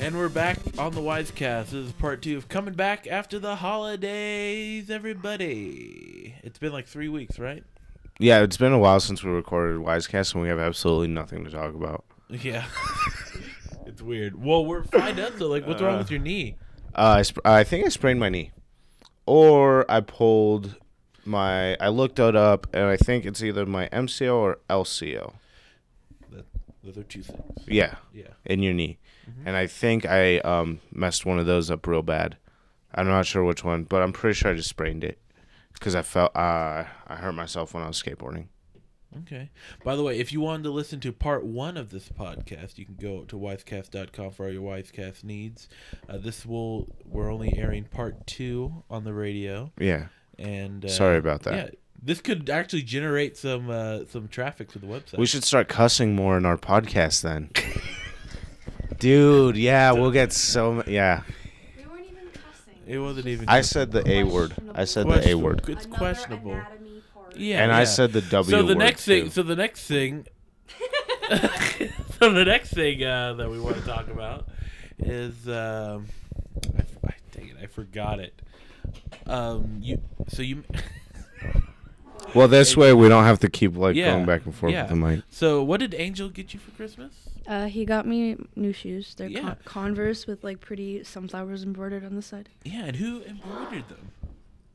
And we're back on the Wisecast. This is part two of coming back after the holidays, everybody. It's been like three weeks, right? Yeah, it's been a while since we recorded Wisecast, and we have absolutely nothing to talk about. Yeah. it's weird. Well, we're fine up though. Like, what's wrong with your knee? Uh, I, sp- I think I sprained my knee, or I pulled my. I looked it up, and I think it's either my MCL or LCL. That, those are two things. Yeah, Yeah. in your knee, and I think I um messed one of those up real bad. I'm not sure which one, but I'm pretty sure I just sprained it because I felt uh, I hurt myself when I was skateboarding. Okay. By the way, if you wanted to listen to part one of this podcast, you can go to wisecast.com for all your wisecast needs. Uh, this will we're only airing part two on the radio, Yeah, and uh, Sorry about that. Yeah, this could actually generate some uh, some traffic to the website. we should start cussing more in our podcast then. Dude, yeah, we'll get so ma- yeah. We weren't even cussing. It wasn't even. I said the A word. I said the A Questionable. word. It's Another questionable. anatomy part. Yeah. And I yeah. said the W So the word, next thing. too. So the next thing. so the next thing uh, that we want to talk about is um, I, f- I- dang it, I forgot it. Um, you. So you. well, this way we don't have to keep like Yeah, going back and forth yeah. with the mic. So what did Angel get you for Christmas? Uh, he got me new shoes. They're Yeah. con- Converse with like pretty sunflowers embroidered on the side. Yeah, and who embroidered them?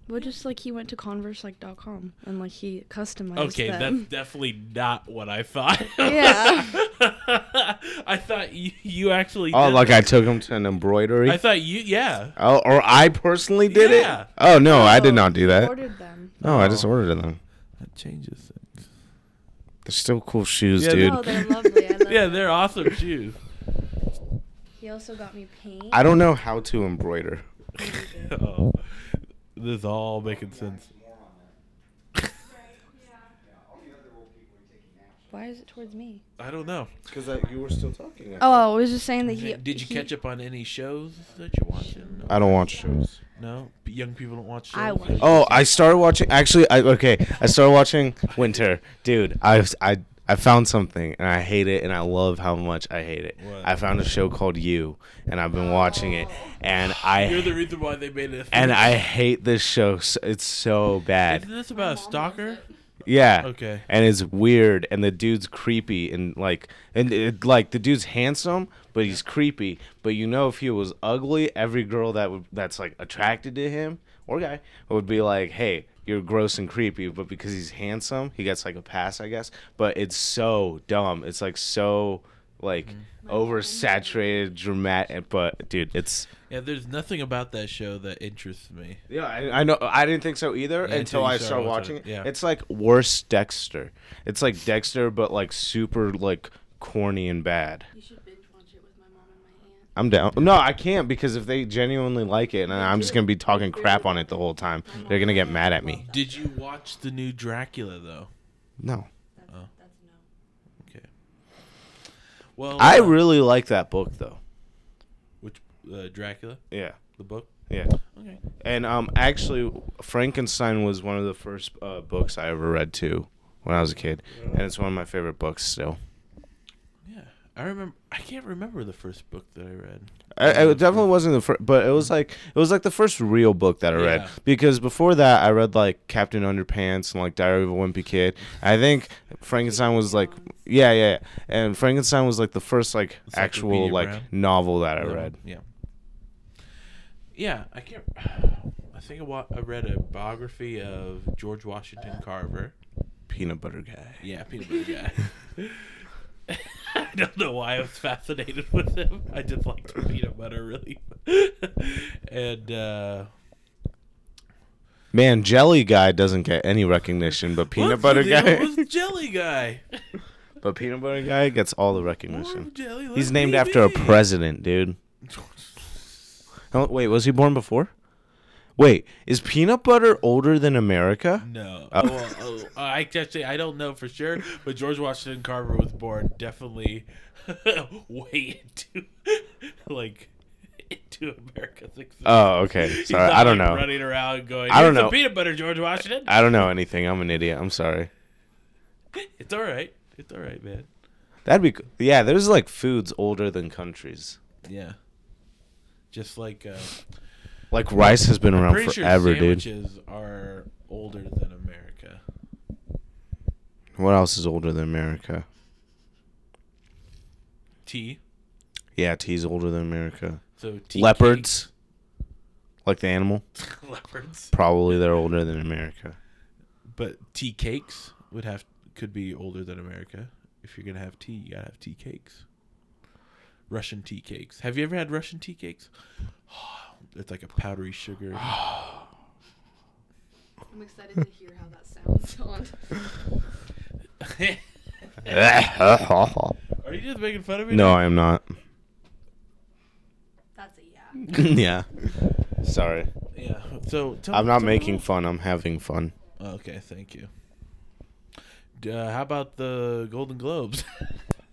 Well, just like he went to Converse like dot com and like he customized Okay, them. that's definitely not what I thought. Yeah. I thought you, you actually. Oh, did like that. I took him to an embroidery. I thought you. Yeah. oh, or I personally did Yeah. it. Oh no, I did So not do he that. Ordered them. No, I just ordered them. That changes things. They're still cool shoes, Yeah, dude. Oh, they're lovely. I love Yeah, them. they're awesome shoes. He also got me paint. I don't know how to embroider. oh, this is all making sense. Why is it towards me? I don't know. Because you were still talking. Oh, I was just saying that he. Did you he- catch up on any shows that you're watching? I don't watch shows. No, P- young people don't watch shows. I watch. Oh, I started watching. Actually, I okay. I started watching Winter, dude. I I I found something, and I hate it, and I love how much I hate it. What? I found a show called You, and I've been watching it, and I You're the reason why they made it. a and thing. I hate this show. s- It's so Isn't bad. this about a stalker? Yeah. Okay. And it's weird, and the dude's creepy, and like, and it, like the dude's handsome, but he's creepy. But you know, if he was ugly, every girl that would that's like attracted to him or guy would be like, "Hey, you're gross and creepy." But because he's handsome, he gets like a pass, I guess. But it's so dumb. It's like so like oversaturated, dramatic. But dude, it's Yeah, there's nothing about that show that interests me. yeah, I, I know. I didn't think so either Yeah, until until you I started started watching watching it, it. yeah. It's like worse Dexter. It's like Dexter, but like super like corny and bad. You should binge watch it with my mom and my aunt. I'm down. No, I can't because if they genuinely like it, and I'm just gonna be talking crap on it the whole time, they're gonna get mad at me. Did you watch the new Dracula though? Oh. No, Okay. Well, I uh, really like that book though. which uh, Dracula Yeah, the book. yeah. Okay. And um, actually, Frankenstein was one of the first uh, books I ever read too when I was a kid, and it's one of my favorite books still. Yeah, I remember. I can't remember the first book that I read. I, I- it definitely wasn't the first, but it was like it was like the first real book that I read Yeah. because before that I read like Captain Underpants and like Diary of a Wimpy Kid. I think Frankenstein was like yeah yeah, yeah. and Frankenstein was like the first like actual Encyclopedia like Brown. novel that I Yeah, read. Yeah. Yeah, I can't. I think I, wa- I read a biography of George Washington Carver. Peanut butter guy. Yeah, peanut butter guy. I don't know why I was fascinated with him. I just liked peanut butter really. and uh, Man, Jelly Guy doesn't get any recognition, but Peanut what's Butter the deal Guy, with jelly guy. but Peanut Butter Guy gets all the More recognition. jelly, He's let named me after a be. president, dude. Oh, wait, was he born before? Wait, is peanut butter older than America? No. Oh. Well, oh, I actually I don't know for sure, but George Washington Carver was born definitely way into like into America's existence. Oh, okay. He's Sorry, not, I don't like, know. Running around going, I don't "Here's some know. peanut butter, George Washington. I don't know anything. I'm an idiot. I'm sorry. it's all right. It's all right, man. That'd be c- yeah. There's like foods older than countries. Yeah. Just like uh, Like rice has been around pretty forever, sure dude. sandwiches are older than America. What else is older than America? Tea. Yeah, tea's older than America. So tea Leopards, like the animal, cake- leopards. probably they're older than America. But tea cakes would have could be older than America. If you're gonna have tea, you gotta have tea cakes. Russian tea cakes. Have you ever had Russian tea cakes? It's like a powdery sugar. I'm excited to hear how that sounds on. no, Are you just making fun of me? I am not. That's a Mm. yeah. yeah. Sorry. Yeah. So tell, I'm not tell making me- fun. I'm having fun. Okay, thank you. D- Uh, how about the Golden Globes?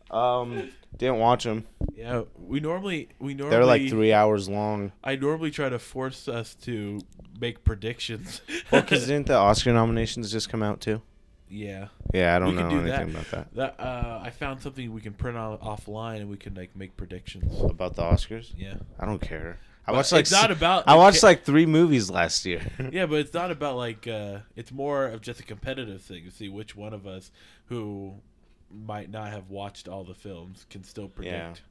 Um, didn't watch them. yeah, we normally we normally They're like three hours long. I normally try to force us to make predictions. Well, because didn't the Oscar nominations just come out too? yeah, Yeah, I don't We know could do anything that. about that. that uh, I found something we can print on offline and we can like make predictions. About the Oscars? Yeah, I don't care. I But watched like it's not s- about- I watched okay. like three movies last year. yeah, but it's not about like uh, it's more of just a competitive thing to see which one of us who might not have watched all the films can still predict.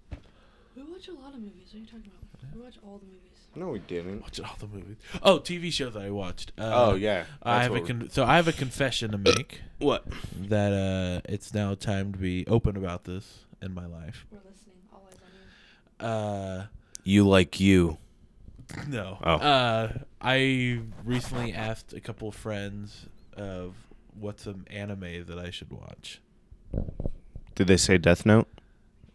We watch a lot of movies. What are you talking about? We watch all the movies. no, we didn't. Watch all the movies. Oh, TV shows that I watched. Uh, Oh yeah. I that's have a what we- con- so I have a confession to make what? that uh, it's now time to be open about this in my life. We're listening. All eyes on you. Uh, You like you. no, Oh. uh, I recently asked a couple of friends of what's some anime that I should watch. Did they say Death Note?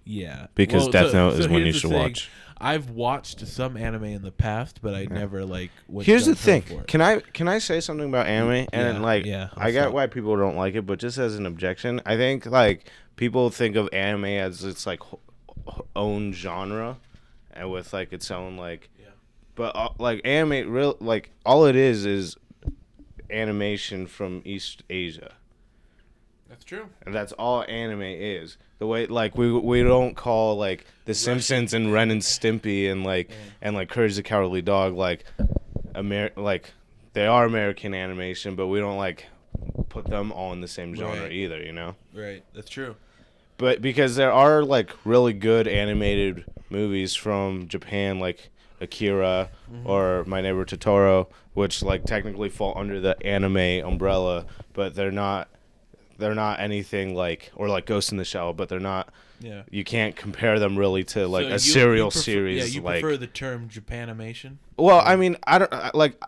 Yeah, Because Well, Death so- Note so is one here's you the should thing. watch. I've watched some anime in the past, but I never like. went Here's the gung-ho thing. for it. Can I can I say something about anime? And Yeah, like, yeah, I let's got talk. why people don't like it, but just as an objection, I think like people think of anime as its like ho- ho- own genre, and with like its own like, Yeah. but uh, like anime real like all it is is animation from East Asia. That's true. And that's all anime is. The way like we we don't call like The Simpsons and Ren and Stimpy and like and like Courage the Cowardly Dog like Amer like they are American animation, but we don't like put them all in the same genre Right. either, you know? Right. That's true. But because there are like really good animated movies from Japan like Akira Mm-hmm. or My Neighbor Totoro, which like technically fall under the anime umbrella, but they're not they're not anything like or like Ghost in the Shell, but they're not Yeah. you can't compare them really to like So a you- serial you prefer- series Yeah, you like prefer the term Japanimation. well, I mean, I don't I- like.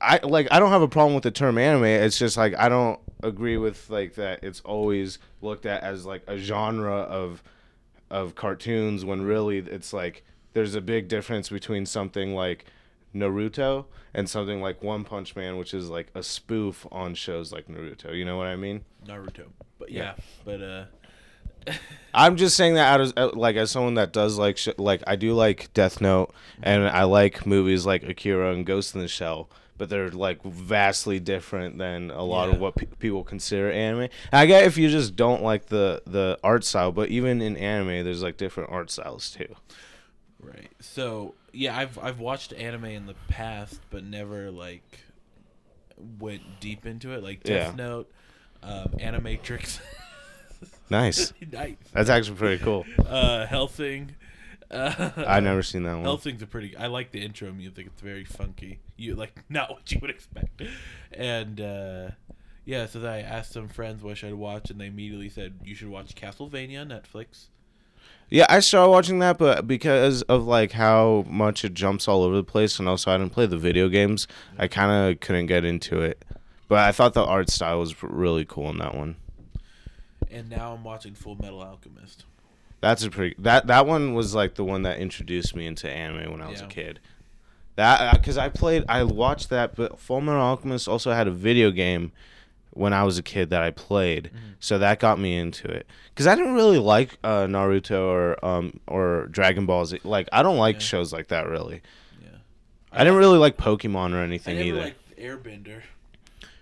I like. I don't have a problem with the term anime. It's just like I don't agree with like that. It's always looked at as like a genre of of cartoons when really it's like there's a big difference between something like Naruto and something like One Punch Man, which is like a spoof on shows like Naruto. You know what I mean? Naruto. But Yeah. yeah, but uh, I'm just saying that out as out- like as someone that does like sh- like I do like Death Note and I like movies like Akira and Ghost in the Shell, but they're like vastly different than a lot Yeah. of what pe- people consider anime. And I get if you just don't like the the art style, but even in anime, there's like different art styles too. right. So yeah, I've I've watched anime in the past, but never like went deep into it. Like Death Yeah. Note, um, Animatrix, Nice, nice. that's actually pretty cool. Uh, Helsing. Uh, I've never seen that one. Helsing's a pretty. I like the intro music. It's very funky. You like not what you would expect. And uh, yeah, so then I asked some friends what should I watch, and they immediately said you should watch Castlevania on Netflix. Yeah, I started watching that, but because of like how much it jumps all over the place, and also I didn't play the video games, I kind of couldn't get into it. But I thought the art style was really cool in that one. and now I'm watching Full Metal Alchemist. That's a pretty that that one was like the one that introduced me into anime when I was a Yeah. kid. That because I played, I watched that, but Fullmetal Alchemist also had a video game when I was a kid that I played, Mm-hmm. so that got me into it. Because I didn't really like uh, Naruto or um or Dragon Ball Z. Like I don't like Yeah. shows like that really. Yeah, I didn't really like Pokemon or I anything never either. liked Airbender.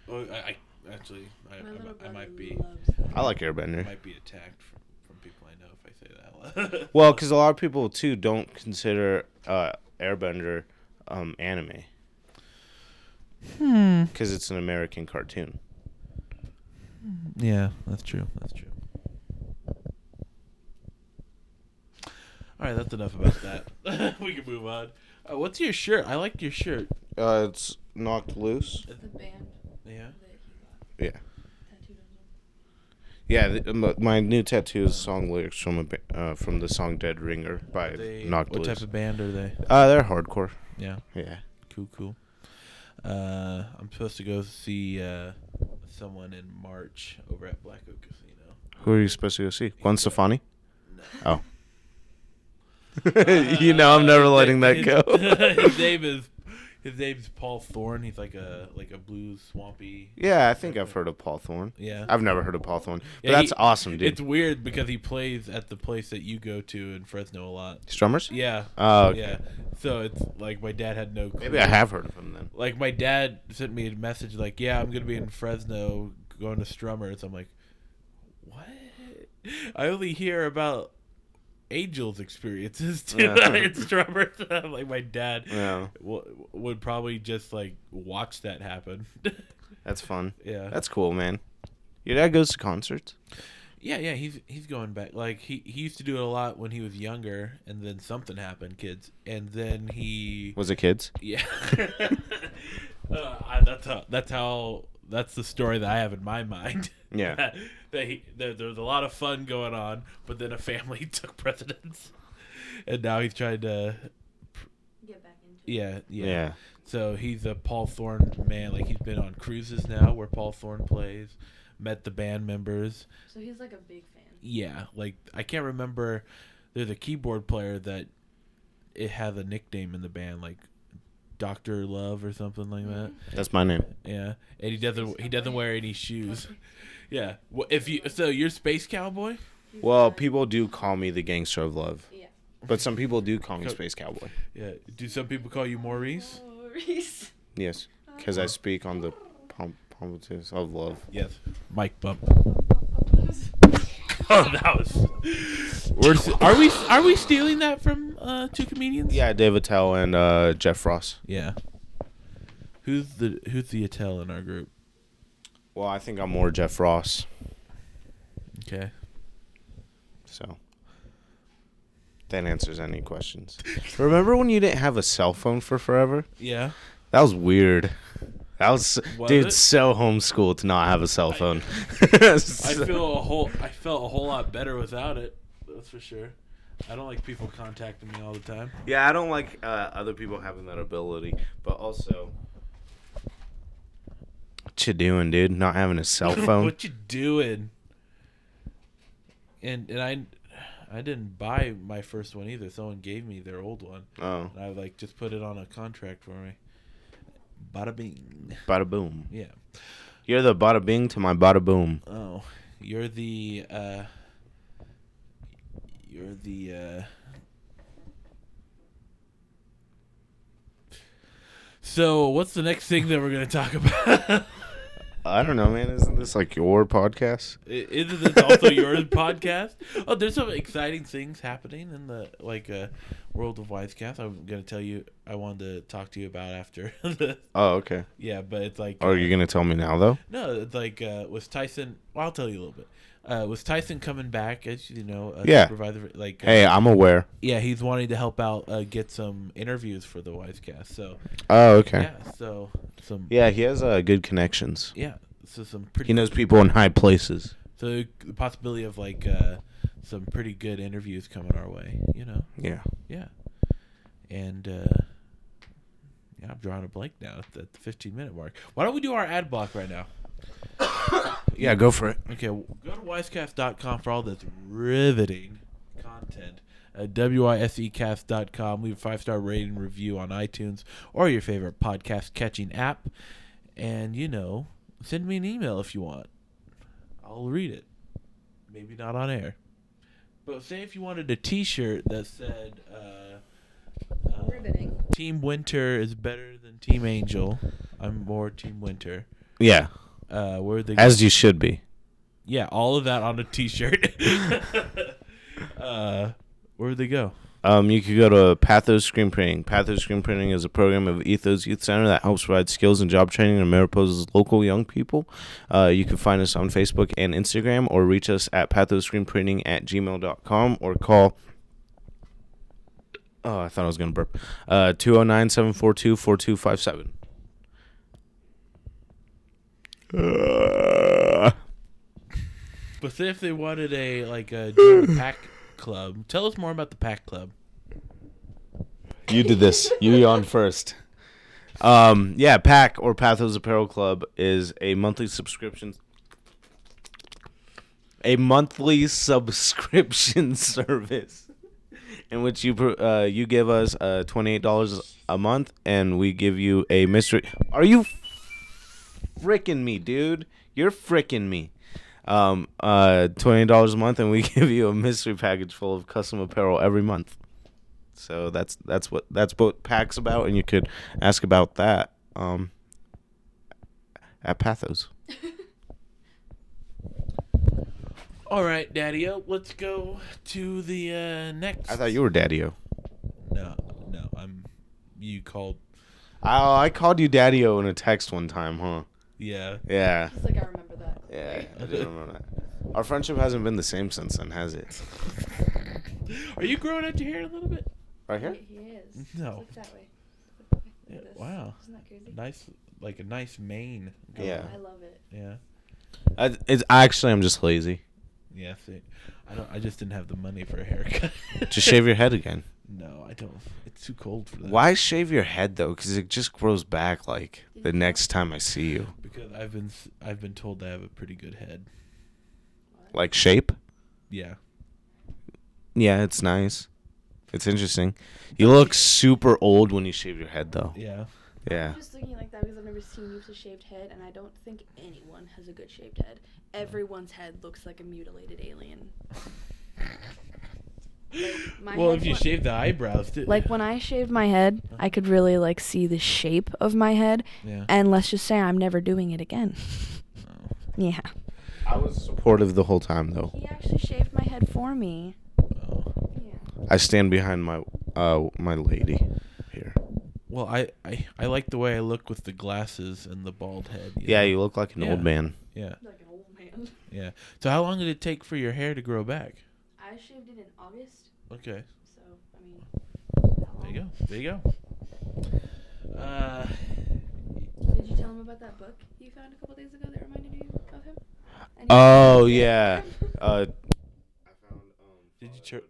Oh, I, I actually, I, My little I, I brother might be, loves that. I like Airbender. might be attacked from, from people I know if I say that. out loud. Well, because a lot of people too don't consider uh, Airbender um, anime Hmm. because it's an American cartoon. Yeah, that's true. That's true. All right, that's enough about that. we can move on. Uh, what's your shirt? I like your shirt. Uh, it's knocked loose. The band Yeah. that he got Yeah. tattooed on him. Yeah, th- m- my new tattoo is song lyrics from a, ba- uh, from the song "Dead Ringer" by They- Knocked what Loose. type of band are they? uh, they're hardcore. Yeah. Yeah, Cool, cool. Uh, I'm supposed to go see uh, someone in March over at Black Oak Casino. who are you supposed to go see? Gwen Stefani. No. Oh, you know I'm never Uh, letting that his- go. his name is his name's Paul Thorne. He's like a like a blues swampy. yeah, I think I've heard of Paul Thorne. Yeah. I've never heard of Paul Thorne, but Yeah, that's he- awesome, dude. It's weird because he plays at the place that you go to in Fresno a lot. Strummers? Yeah. Oh, okay. Yeah. So it's like my dad had no clue. Maybe I have heard of him then. Like my dad sent me a message like, "Yeah, I'm gonna be in Fresno going to Strummers." I'm like, "What?" I only hear about Angels experiences too Yeah. in Strummers. I'm like my dad Yeah, w- would probably just like watch that happen. that's fun. yeah. That's cool, man. Your dad goes to concerts. Yeah, yeah, he's he's going back. Like he he used to do it a lot when he was younger, and then something happened, kids, and then he Was it kids? yeah. uh, I, that's how that's how that's the story that I have in my mind. Yeah. that, he that there was a lot of fun going on, but then a family took precedence, and now he's trying to Get back into it. yeah yeah. So he's a Paul Thorne man. Like he's been on cruises now where Paul Thorne plays, met the band members. So he's like a big fan. Yeah, like I can't remember. There's a keyboard player that it has a nickname in the band, like Doctor Love or something like that. Mm-hmm. that's my name. Yeah, and he doesn't he doesn't wear any shoes. Yeah, Well, if you so you're Space Cowboy. He's Well, not- people do call me the gangster of love, Yeah. but some people do call me Co- space cowboy. Yeah. Do some people call you Maurice? Oh, Reese. Yes, because I speak on the pom- pompousness of love. Yes. Mike bump. That's Oh, that was. We're, are we are we stealing that from uh, two comedians? Yeah, Dave Attell and uh, Jeff Ross. Yeah. Who's the who's the Attell in our group? Well, I think I'm more Jeff Ross. Okay. So that answers any questions. Remember when you didn't have a cell phone for forever? Yeah. That was weird. That was, Was dude, it? so homeschooled to not have a cell phone. I feel a whole I felt a whole lot better without it. That's for sure. I don't like people contacting me all the time. Yeah, I don't like uh, other people having that ability, but also. What you doing, dude? Not having a cell phone? what you doing? And and I I didn't buy my first one either. Someone gave me their old one, oh, and I like just put it on a contract for me. Bada bing. bada boom. Yeah. You're the bada bing to my bada boom. Oh, you're the uh you're the uh uh, So, what's the next thing that we're going to talk about? I don't know, man. Isn't this like your podcast? I- Isn't this also your podcast? Oh, there's some exciting things happening in the like uh, world of Wisecast. I'm gonna tell you. I wanted to talk to you about after. the, Oh, okay. yeah, but it's like. Are you gonna tell me now though? No, it's like uh, was Tyson. Well, I'll tell you a little bit. Uh, was Tyson coming back as you know? A Yeah. Supervisor, like. uh, Hey, I'm aware. yeah, he's wanting to help out uh, get some interviews for the Wisecast. So Oh, okay. yeah, so some yeah, Yeah, he has uh, good connections. so some pretty. He knows people in high places. So the possibility of like uh, some pretty good interviews coming our way, you know? Yeah. Yeah. And uh, yeah, I'm drawing a blank now at the at the 15 minute mark. Why don't we do our ad block right now? Yeah, go for it. Okay, w- go to wisecast.com for all this riveting content. At E wisecast.com, leave a five star rating review on iTunes or your favorite podcast catching app. And, you know, send me an email if you want. I'll read it. Maybe not on air. But say if you wanted a t shirt that said, uh, uh, Riveting. Team Winter is better than Team Angel. I'm more Team Winter. Yeah, Uh, we're the as you should be. yeah, all of that on a t-shirt. uh, where would they go? Um, you could go to Pathos Screen Printing. Pathos Screen Printing is a program of Ethos Youth Center that helps provide skills and job training to Mariposa's local young people. Uh, you can find us on Facebook and Instagram or reach us at pathoscreenprinting at gmail.com or call Oh, I thought I was going to burp. Uh, 209 742 4257. But say if they wanted a like a join a pack club, tell us more about the pack club. You did this. You yawned first. Um, yeah, PAC or Pathos Apparel Club is a monthly subscription. A monthly subscription service in which you pro- uh, you give us uh, twenty eight dollars a month, and we give you a mystery. Are you fricking me, dude? You're fricking me. Um, uh, twenty dollars a month, and we give you a mystery package full of custom apparel every month. So that's that's what that's what PAC's about, and you could ask about that um, at Pathos. All right, Daddy O, let's go to the uh, next. I thought you were Daddy-O. No, no, I'm. You called. Oh, I called you Daddy-O in a text one time, huh? Yeah. Yeah. It's like I remember that. Yeah, I do remember that. Our friendship hasn't been the same since then, has it? Are you growing out your hair a little bit? Right here? He is. No. Look that way. Yeah, This. wow. Isn't that crazy? Nice, like a nice mane. going. Yeah. I love it. Yeah. I, it's actually I'm just lazy. Yeah. See, I don't. I just didn't have the money for a haircut. Just shave your head again. No, I don't. It's too cold for that. Why shave your head though? Because it just grows back like the next time I see you. Because I've been s- I've been told I have a pretty good head. Like shape? Yeah. Yeah, it's nice. It's interesting. You look super old when you shave your head though. Yeah. Yeah. I'm just thinking like that because I've never seen you with a shaved head, and I don't think anyone has a good shaved head. Everyone's head looks like a mutilated alien. my well, head if you wa- shave the eyebrows, too. Like when I shaved my head, I could really like see the shape of my head. Yeah. And let's just say I'm never doing it again. Oh. Yeah. I was supportive the whole time though. He actually shaved my head for me. Oh. Yeah. I stand behind my uh my lady here. Well, I, I I like the way I look with the glasses and the bald head. you Yeah, know? you look like an Yeah. old man. Yeah. Like an old man. Yeah. So how long did it take for your hair to grow back? I shaved it in August, Okay. so I mean. There you go. There you go. Uh, go. Did you tell him about that book you found a couple days ago that reminded you of him? And he- Oh yeah. Uh did you chir-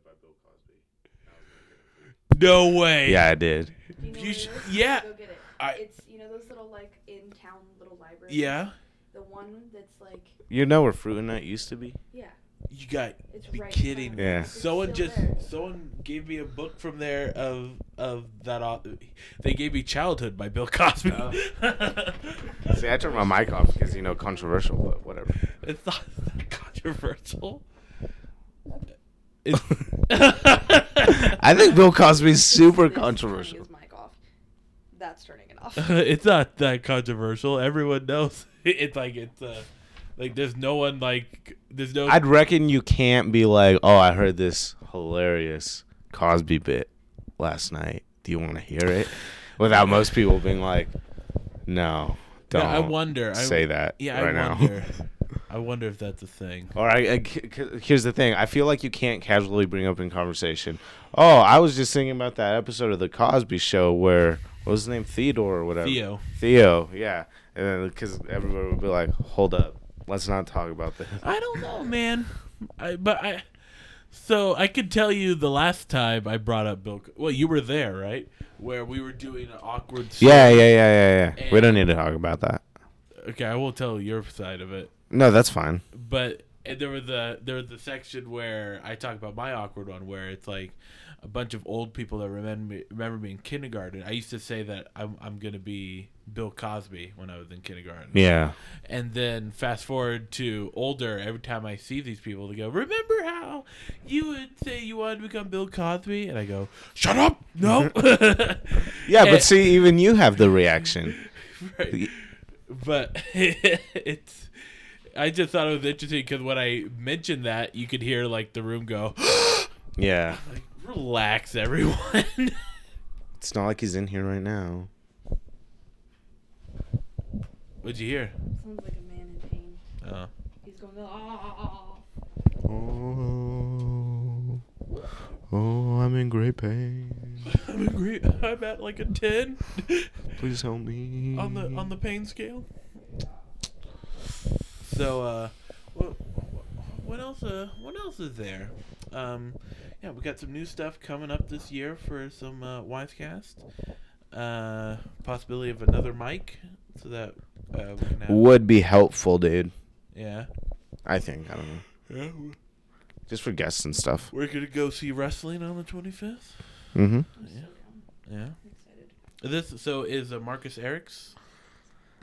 No way. yeah, I did. Do you know you what it sh- is? yeah, Go get it. I- it's you know those little like in town little libraries. Yeah. The one that's like You know where fruit and nut used to be? yeah. You got It's be right in front kidding of me. Yeah. us. It's Someone still just there. someone gave me a book from there of of that au- they gave me Childhood by Bill Cosby. Oh. See, I turned my mic off because you know controversial, but whatever. it's not that controversial. It's- I think Bill Cosby's super This is turning controversial. his mic off. That's turning it off. it's not that controversial. Everyone knows it's like it's uh, like there's no one like there's no I'd reckon you can't be like, "Oh, I heard this hilarious Cosby bit last night. Do you want to hear it?" Without most people being like, "No, don't." Yeah, I wonder. I- say that Yeah, right I now. wonder. I wonder if that's a thing. Or I, I- c- c- here's the thing. I feel like you can't casually bring up in conversation. Oh, I was just thinking about that episode of the Cosby Show where what was his name Theodore or whatever. Theo. Theo. Yeah, and because everybody would be like, "Hold up, let's not talk about this." I don't know, man. I but I so I could tell you the last time I brought up Bill. Co- Well, you were there, right? Where we were doing an awkward. Yeah, yeah, yeah, yeah, yeah. We don't need to talk about that. Okay, I won't tell your side of it, No, that's fine. but and there was the there was the section where I talk about my awkward one, where it's like a bunch of old people that remember me, remember me in kindergarten. I used to say that I'm I'm gonna be Bill Cosby when I was in kindergarten. Yeah. And then fast forward to older, every time I see these people, they go, Remember how you would say you wanted to become Bill Cosby? And I go, Shut up! No! Yeah, And- but see, even you have the reaction. right. But it's. I just thought it was interesting because when I mentioned that, you could hear like the room go, Yeah. like, Relax, everyone. It's not like he's in here right now. What'd you hear? Sounds like a man in pain. Uh-huh. Oh. He's going, oh. Oh, oh, I'm in great pain. I'm, agree- I'm at like a 10 Please help me. on the on the pain scale. So uh what what else uh what else is there? Um yeah, we got some new stuff coming up this year for some uh Wisecast. Uh possibility of another mic so that uh we can have would be helpful, dude. Yeah. I think I don't know. Yeah. Just for guests and stuff. We're going to go see wrestling on the 25th. Mm-hmm. I'm so Yeah. down. Yeah. I'm excited. This so is uh, Marcus Erics.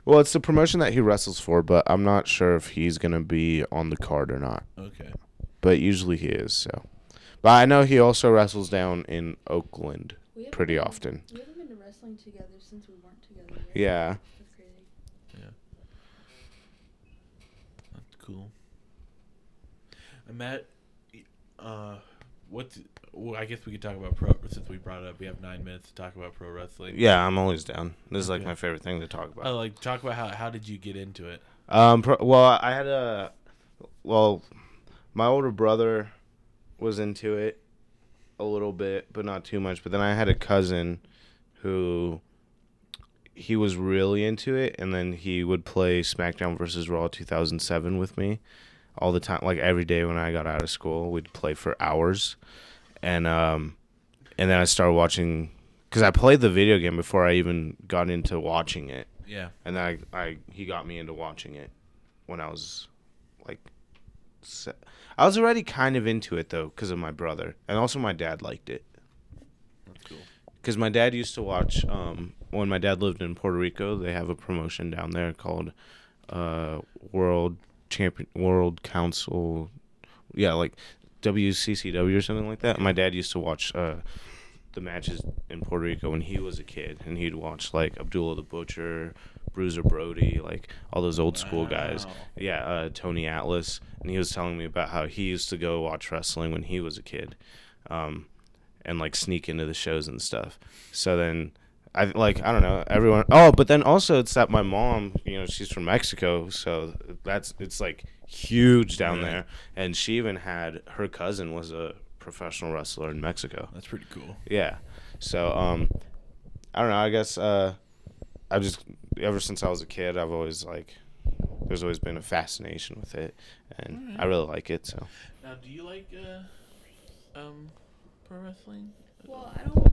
Well, it's the promotion that he wrestles for, but I'm not sure if he's gonna be on the card or not. Okay. But usually he is. So, but I know he also wrestles down in Oakland We haven't pretty been- often. We haven't been to wrestling together since we weren't together. right? Yeah. That's crazy. That's cool. I'm at, uh, what's, well, I guess we could talk about pro, since we brought it up, we have nine minutes to talk about pro wrestling. Yeah, I'm always down. This is like Okay. my favorite thing to talk about. Oh, like, talk about how, how did you get into it? Um, pro- well, I had a, well, my older brother was into it a little bit, but not too much. But then I had a cousin who he was really into it, and then he would play SmackDown versus Raw 2007 with me all the time, like every day when I got out of school, we'd play for hours, and um, and then I started watching because I played the video game before I even got into watching it Yeah. and then I, I he got me into watching it when I was like se- I was already kind of into it though because of my brother and also my dad liked it That's cool. because my dad used to watch um, when my dad lived in Puerto Rico they have a promotion down there called uh, World Champion World Council yeah like WCCW or something like that my dad used to watch uh, the matches in Puerto Rico when he was a kid and he'd watch like Abdullah the Butcher Bruiser Brody like all those old school guys Wow. yeah uh, Tony Atlas and he was telling me about how he used to go watch wrestling when he was a kid um, and like sneak into the shows and stuff. So then I like I don't know everyone. Oh, but then also it's that my mom, you know, she's from Mexico, so that's it's like huge down Right. there. And she even had her cousin was a professional wrestler in Mexico. That's pretty cool. Yeah. So um, I don't know. I guess uh, I've just ever since I was a kid, I've always like. There's always been a fascination with it, and I really like it. So Now, do you like, uh, um, pro wrestling? Well, I don't.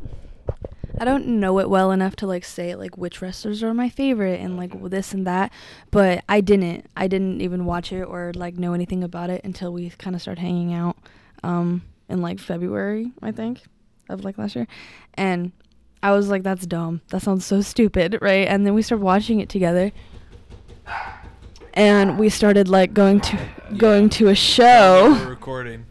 I don't know it well enough to like say like which wrestlers are my favorite and like Okay. this and that, but I didn't. I didn't even watch it or like know anything about it until we kind of started hanging out um in like February, I think, of like last year. And I was like that's dumb. That sounds so stupid, right? And then we started watching it together. And we started like going to going to a show. We're recording.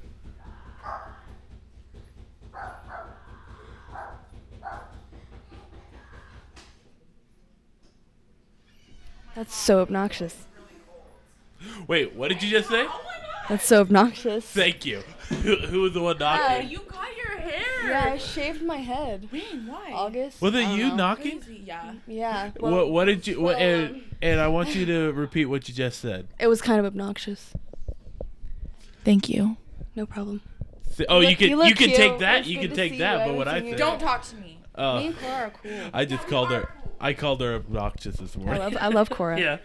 That's so obnoxious. Wait, what did you just say? That's so obnoxious. Thank you. who, who was the one Oh, Uh, knocking? you got your hair. Yeah, I shaved my head. When? Why? August. was it I don't you know. knocking? Crazy. Yeah. Yeah. what, what did you, what, well, and, um, and I want you to repeat what you just said. It was kind of obnoxious. Thank you. No problem. Th- Oh, look- you can you you, look can cute. take that. It's You good can to take see that. you. But what I said, Everything you Don't talk to me. Oh, Me and Cora are cool. I just called her. I called her obnoxious this I morning. love I love Cora. yeah.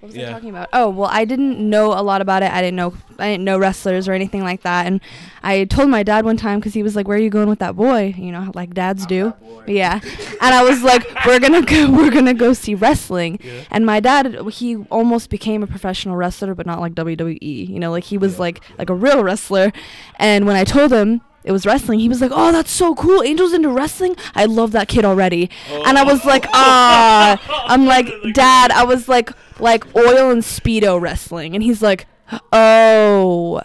What was Yeah. I talking about? Oh well, I didn't know a lot about it. I didn't know I didn't know wrestlers or anything like that. And I told my dad one time because he was like, "Where are you going with that boy?" You know, like dads do. Yeah. And I was like, "We're gonna go. We're gonna go see wrestling." Yeah. And my dad, he almost became a professional wrestler, but not like WWE. You know, like he was like like a real wrestler. And when I told him. It was wrestling. He was like, "Oh, that's so cool! Angels into wrestling. I love that kid already." Oh. And I was like, "Ah!" I'm like, "Dad, I was like, like oil and speedo wrestling." And he's like, "Oh,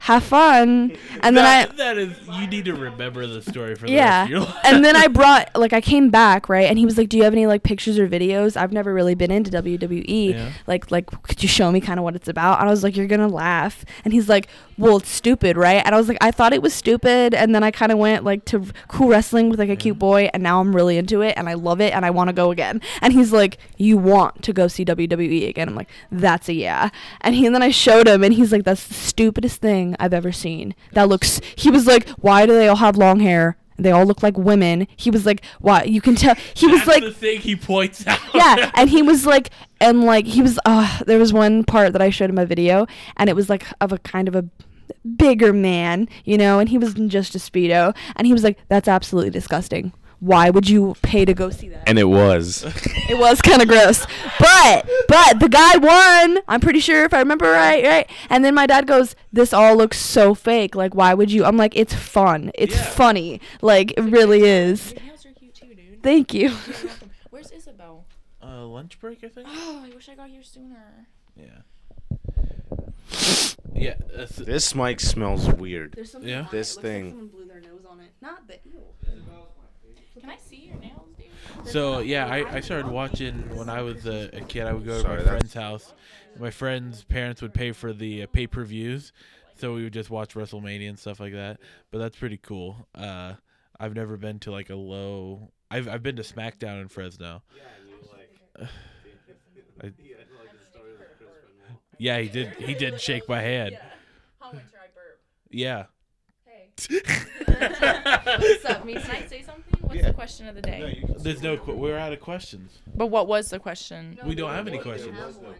have fun. And then I That- that is you need to remember the story for the rest of your yeah. life. And then I brought like I came back, right? And he was like, "Do you have any like pictures or videos? I've never really been into E. WWE. Yeah. Like like could you show me kind of what it's about?" And I was like, "You're going to laugh." And he's like, "Well, it's stupid, right?" And I was like, "I thought it was stupid." And then I kind of went like to cool wrestling with like a cute boy, and now I'm really into it and I love it and I want to go again. And he's like, "You want to go see WWE again?" I'm like, "That's a yeah." And he and then I showed him and he's like, "That's the stupidest thing I've ever seen." That looks He was like, "Why do they all have long hair?" they all look like women. He was like, "Why?" You can tell. He was That's like, the thing he points out. "Yeah," and he was like, and like he was. Uh, there was one part that I showed him a video, and it was like of a kind of a bigger man, you know, and he was in just a speedo, and he was like, "That's absolutely disgusting. Why would you pay to go see that?" And it was. it was kind of gross. But but the guy won. I'm pretty sure if I remember right, right. And then my dad goes, "This all looks so fake. Like why would you?" I'm like, "It's fun. It's Yeah. funny. Like it really is." Your nails are cute too, dude. Thank you. You're welcome. Where's Isabel? Uh, lunch break, I think. Oh, I wish I got here sooner. Yeah. Yeah. that's- This mic smells weird. There's something Yeah. on it. This It looks like thing. someone blew their nose on it. Not that. Ew. Can I see your nails, dude? So yeah, I, I started watching when I was a, a kid. I would go to Sorry, my that's- friend's house. My friend's parents would pay for the uh, pay per views, so we would just watch WrestleMania and stuff like that. But that's pretty cool. Uh, I've never been to like a low. I've I've been to SmackDown in Fresno. I- Yeah, he did. He did shake my hand. How much I burp? Yeah. Hey. What's up, me Can I too. say something? What's the question of the day? There's no. que- We're out of questions. But what was the question? We don't have any questions. Have one.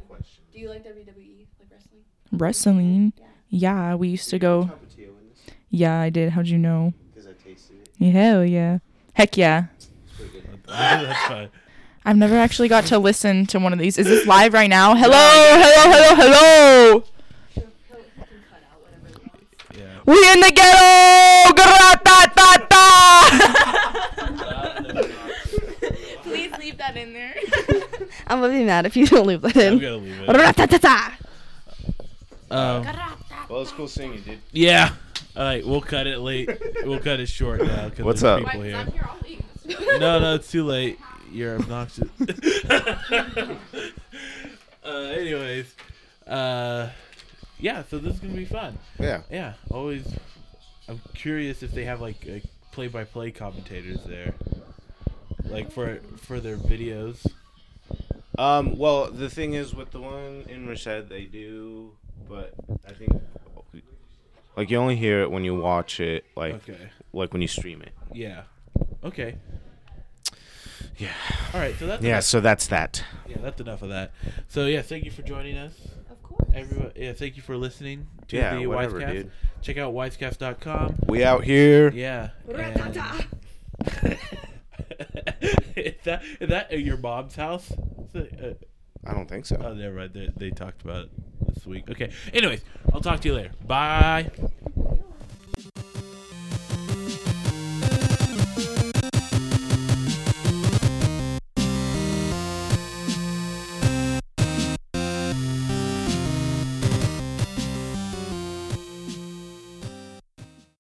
Do you like WWE, like wrestling? Wrestling. Yeah, we used to go. Yeah, I did. How'd you know? Yeah, hell yeah. Heck yeah. That's fine. I've never actually got to listen to one of these. Is this live right now? Hello, hello, hello, hello. Yeah. We in the ghetto. Gra-ta-ta-ta. Please leave that in there. I'm gonna be mad if you don't leave that I'm in. gonna leave it. Ra-ta-ta-ta. Um, Well, it's cool singing, dude. Yeah. All right, we'll cut it late. We'll cut it short now. 'cause What's there's up? People here. here all week. No, no, it's too late. You're obnoxious. uh, anyways, uh, yeah. So this is gonna be fun. Yeah. Yeah. Always. I'm curious if they have like a play-by-play commentators there, like for for their videos. Um. Well, the thing is, with the one in Merced, they do, but I think like you only hear it when you watch it, like Okay. like when you stream it. Yeah. Okay. Yeah. All right. So that's Yeah. So that's that. Yeah, that's enough of that. So yeah, thank you for joining us. Of course. Everyone, yeah, thank you for listening to Yeah, the whatever, Wisecast. dude. Check out wisecast.com. We out here. Yeah. and- Ra-ta-ta. is that is that at your mom's house? Is it, uh, I don't think so. oh, never mind. They, they talked about it this week. Okay. Anyways, I'll talk to you later. Bye.